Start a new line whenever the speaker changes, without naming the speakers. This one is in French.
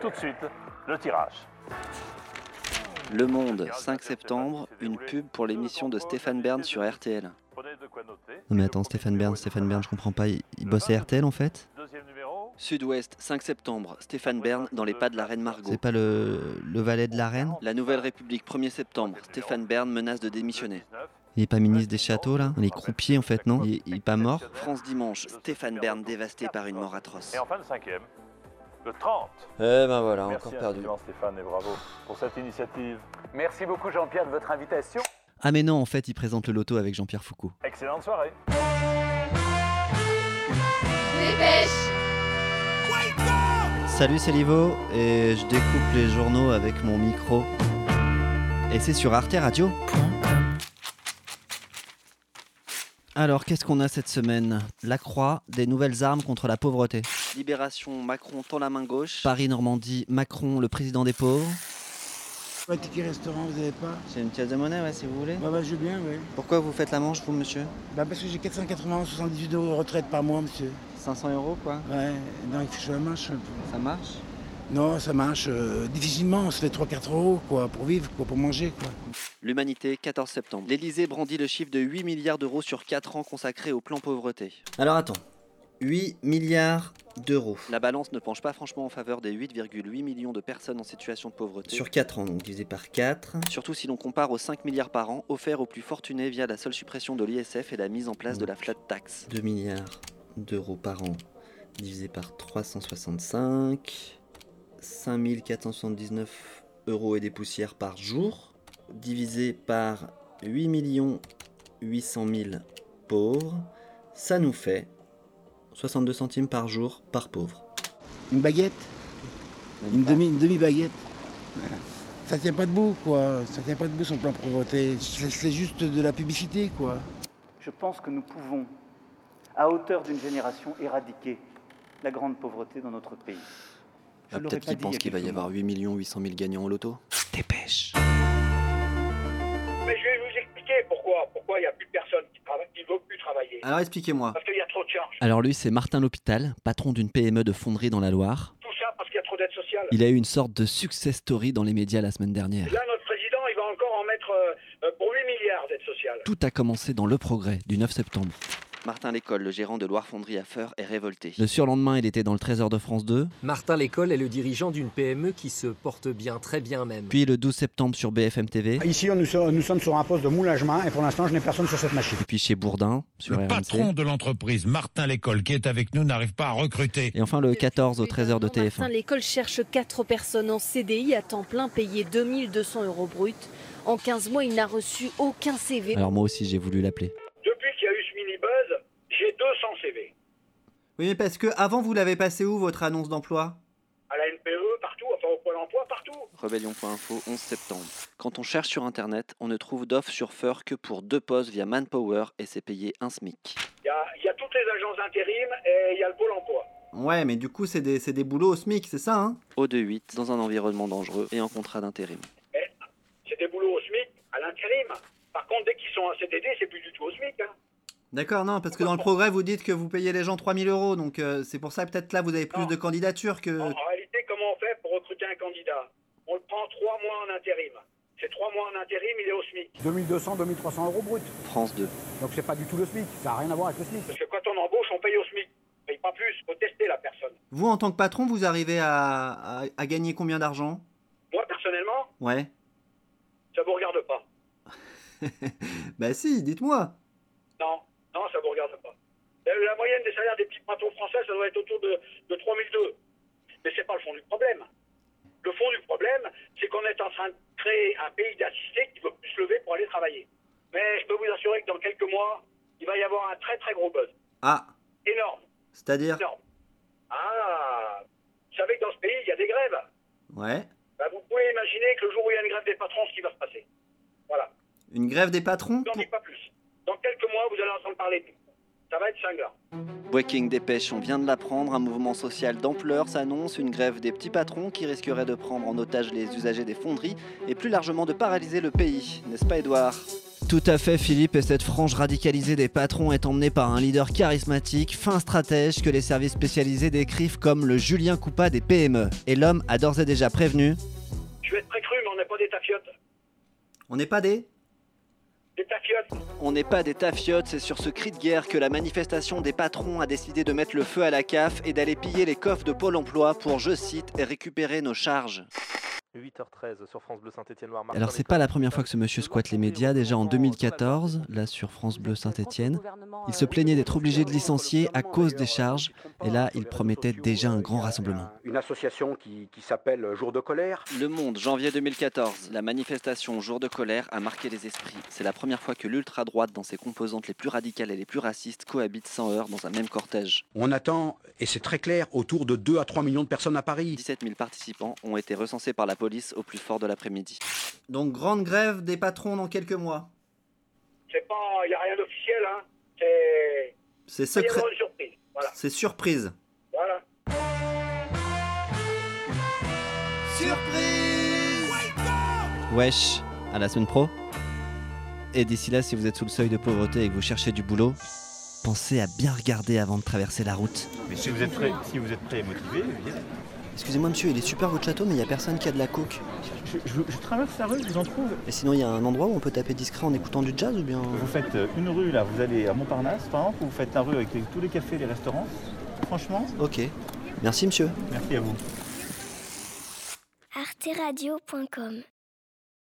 Tout de suite, le tirage.
Le Monde, 5 septembre, une pub pour l'émission de Stéphane Bern sur RTL.
Prenez de quoi noter.
Non mais attends, Stéphane Bern, Stéphane Bern, je comprends pas, il, il bosse à RTL en fait
Deuxième numéro.
Sud-Ouest, 5 septembre, Stéphane Bern dans les pas de la reine Margot.
C'est pas le, le valet de la reine
La Nouvelle République, 1er septembre, Stéphane Bern menace de démissionner.
19.
Il est pas ministre des châteaux là Il est croupier en fait, non il, il est pas mort
France Dimanche, Stéphane Bern dévasté par une mort atroce.
Et enfin le cinquième. Le 30.
Eh ben voilà,
Merci infiniment, Stéphane et bravo pour cette initiative.
Merci beaucoup Jean-Pierre de votre invitation.
Ah mais non, en fait, il présente le loto avec Jean-Pierre Foucault.
Excellente soirée.
Salut, c'est Livo, et je découpe les journaux avec mon micro. Et c'est sur Arte Radio. Alors, qu'est-ce qu'on a cette semaine La Croix, des nouvelles armes contre la pauvreté.
Libération, Macron tend la main gauche.
Paris-Normandie, Macron, le président des pauvres.
Un ticket restaurant, vous n'avez pas
C'est une pièce de monnaie, ouais, si vous voulez.
Bah, bah, je veux bien, oui.
Pourquoi vous faites la manche, vous, monsieur
Bah, parce que j'ai 480, 78 euros de retraite par mois, monsieur.
500 euros, quoi.
Ouais, non, il faut que ça marche un peu.
Ça marche
Non, ça marche euh, difficilement, on se fait 3-4 euros, quoi, pour vivre, quoi, pour manger, quoi.
L'Humanité, 14 septembre. L'Elysée brandit le chiffre de 8 milliards d'euros sur 4 ans consacrés au plan pauvreté.
Alors attends. 8 milliards d'euros.
La balance ne penche pas franchement en faveur des 8,8 millions de personnes en situation de pauvreté.
Sur 4 ans, donc divisé par 4.
Surtout si l'on compare aux 5 milliards par an offerts aux plus fortunés via la seule suppression de l'ISF et la mise en place de la flat tax.
2 milliards d'euros par an divisé par 365, 5479 euros et des poussières par jour, divisé par 8 800 000 pauvres, ça nous fait 62 centimes par jour par pauvre.
Une baguette Une demi, une demi-baguette. Voilà. Ça tient pas debout, quoi. Ça tient pas debout, son plan pauvreté. C'est c'est juste de la publicité, quoi.
Je pense que nous pouvons, à hauteur d'une génération, éradiquer la grande pauvreté dans notre pays. Je l'aurais
Ah, Peut-être
pas
qu'ils
dit il y
pensent
a
qu'il va y
quelques
avoir 8 800 000 gagnants au loto. Dépêche
Mais je vais vous expliquer pourquoi. Pourquoi il n'y a plus personne qui travaille, qui veut plus travailler.
Alors expliquez-moi.
Parce qu'il y a trop de charges.
Ah.
Alors lui, c'est Martin L'Hôpital, patron d'une PME de fonderie dans la Loire.
Tout ça parce qu'il y a trop d'aide sociale.
Il a eu une sorte de success story dans les médias la semaine dernière.
Là, notre président, il va encore en mettre euh, euh, pour 8 milliards d'aide sociale.
Tout a commencé dans Le Progrès du 9 septembre.
Martin Lécole, le gérant de Loire Fonderie à Feur, est révolté.
Le surlendemain, il était dans le Trésor de France 2,
Martin Lécole est le dirigeant d'une PME qui se porte bien, très bien même.
puis le 12 septembre sur BFM TV,
Ah, Ici, on- nous, so- nous sommes sur un poste de moulage main et pour l'instant, je n'ai personne sur cette machine.
et puis chez Bourdin sur
Le patron
RMC.
de l'entreprise, Martin Lécole, qui est avec nous, n'arrive pas à recruter.
Et enfin le 14 au 13h de
Martin,
TF1.
L'école cherche 4 personnes en CDI à temps plein payées 2200 euros brut. En 15 mois, il n'a reçu aucun CV.
Euh,
Alors moi aussi j'ai voulu l'appeler.
Depuis qu'il y a eu ce mini-buzz, j'ai 200 CV.
Oui, mais parce que avant vous l'avez passé où votre annonce d'emploi
À la NPE, partout, enfin au Pôle emploi, partout.
Rebellion.info, 11 septembre. Quand on cherche sur internet, on ne trouve d'offres sur Feur que pour deux postes via Manpower et c'est payé un SMIC.
Il y a, il y a toutes les agences d'intérim et il y a le Pôle emploi.
Ouais, mais du coup, c'est des, boulots au SMIC, c'est ça, hein O2-8, dans un environnement dangereux et en contrat d'intérim.
C'est des boulots au SMIC, à l'intérim. Par contre, dès qu'ils sont en CDD, c'est plus du tout au SMIC. Hein.
D'accord, non, parce que dans le progrès, vous dites que vous payez les gens 3000 euros, donc euh, c'est pour ça peut-être là vous avez
plus de
candidatures que.
En, en réalité, comment on fait pour recruter un candidat On le prend 3 mois en intérim. C'est 3 mois en intérim, il est au SMIC.
2200, 2300 euros brut.
France 2.
Donc, c'est pas du tout le SMIC. Ça n'a rien à voir avec le SMIC.
Parce que quand on embauche, on paye au SMIC. On paye pas plus, faut tester la personne.
Vous, en tant que patron, vous arrivez à, gagner combien d'argent
Moi, personnellement,
Ouais.
ça vous regarde pas.
Bah si, dites-moi.
Non, non, ça vous regarde pas. La, la moyenne des salaires des petits patrons français, ça doit être autour de, de 3002. Mais c'est pas le fond du problème. Le fond du problème, c'est qu'on est en train de créer un pays d'assistés qui veut plus se lever pour aller travailler. Mais je peux vous assurer que dans quelques mois, il va y avoir un très très gros buzz.
Ah,
Énorme,
c'est-à-dire
énorme. Ah, vous savez que dans ce pays, il y a des grèves.
Ouais.
Bah, vous pouvez imaginer que le jour où il y a une grève des patrons, ce qui va se passer. Voilà.
Une grève des patrons
N'en dis pas plus. Dans quelques mois, vous allez entendre parler de nous. Ça va être cinglant.
Breaking Dépêche, on vient de l'apprendre, un mouvement social d'ampleur s'annonce, une grève des petits patrons qui risquerait de prendre en otage les usagers des fonderies et plus largement de paralyser le pays, n'est-ce pas Edouard Tout à fait, Philippe, et cette frange radicalisée des patrons est emmenée par un leader charismatique, fin stratège que les services spécialisés décrivent comme le Julien Coupa des PME. Et l'homme a d'ores et déjà prévenu
Je vais être très cru, mais on n'est pas des tafiotes.
On n'est pas des
Des tafiotes.
On n'est pas des tafiotes, c'est sur ce cri de guerre que la manifestation des patrons a décidé de mettre le feu à la CAF et d'aller piller les coffres de Pôle emploi pour, je cite, récupérer nos charges.
8h13 sur France Bleu Saint-Étienne Noir.
Alors c'est pas la première fois que ce monsieur squatte les médias. Déjà en 2014, là sur France Bleu Saint-Étienne, il
euh,
se plaignait d'être obligé de licencier à cause des charges. Et là, il promettait déjà un grand rassemblement.
Une association qui, qui s'appelle Jour de colère.
Le Monde, janvier 2014. La manifestation Jour de colère a marqué les esprits. C'est la première fois que l'ultra-droite, dans ses composantes les plus radicales et les plus racistes, cohabite sans heurts dans un même cortège.
On attend, et c'est très clair, autour de 2 à 3 millions de personnes à Paris.
17 000 participants ont été recensés par la police au plus fort de l'après-midi.
Donc grande grève des patrons dans quelques mois.
C'est pas. Il n'y a rien d'officiel, hein. C'est.
C'est
Il va y
secret.
avoir une surprise. Voilà.
C'est surprise.
Voilà.
Wesh, à la semaine pro. Et d'ici là, si vous êtes sous le seuil de pauvreté et que vous cherchez du boulot, pensez à bien regarder avant de traverser la route.
Mais si vous êtes prêt, si vous êtes prêt et motivé, venez.
Excusez-moi monsieur, il est super votre château, mais il y a personne qui a de la coke.
Je, je- je traverse la rue, je vous en trouve.
Et sinon, il y a un endroit où on peut taper discret en écoutant du jazz ou bien...
Vous faites euh, une rue là, vous allez à Montparnasse par exemple, vous faites la rue avec les- tous les cafés, les restaurants. Franchement,
Ok. Merci monsieur.
merci à vous.
arteradio.com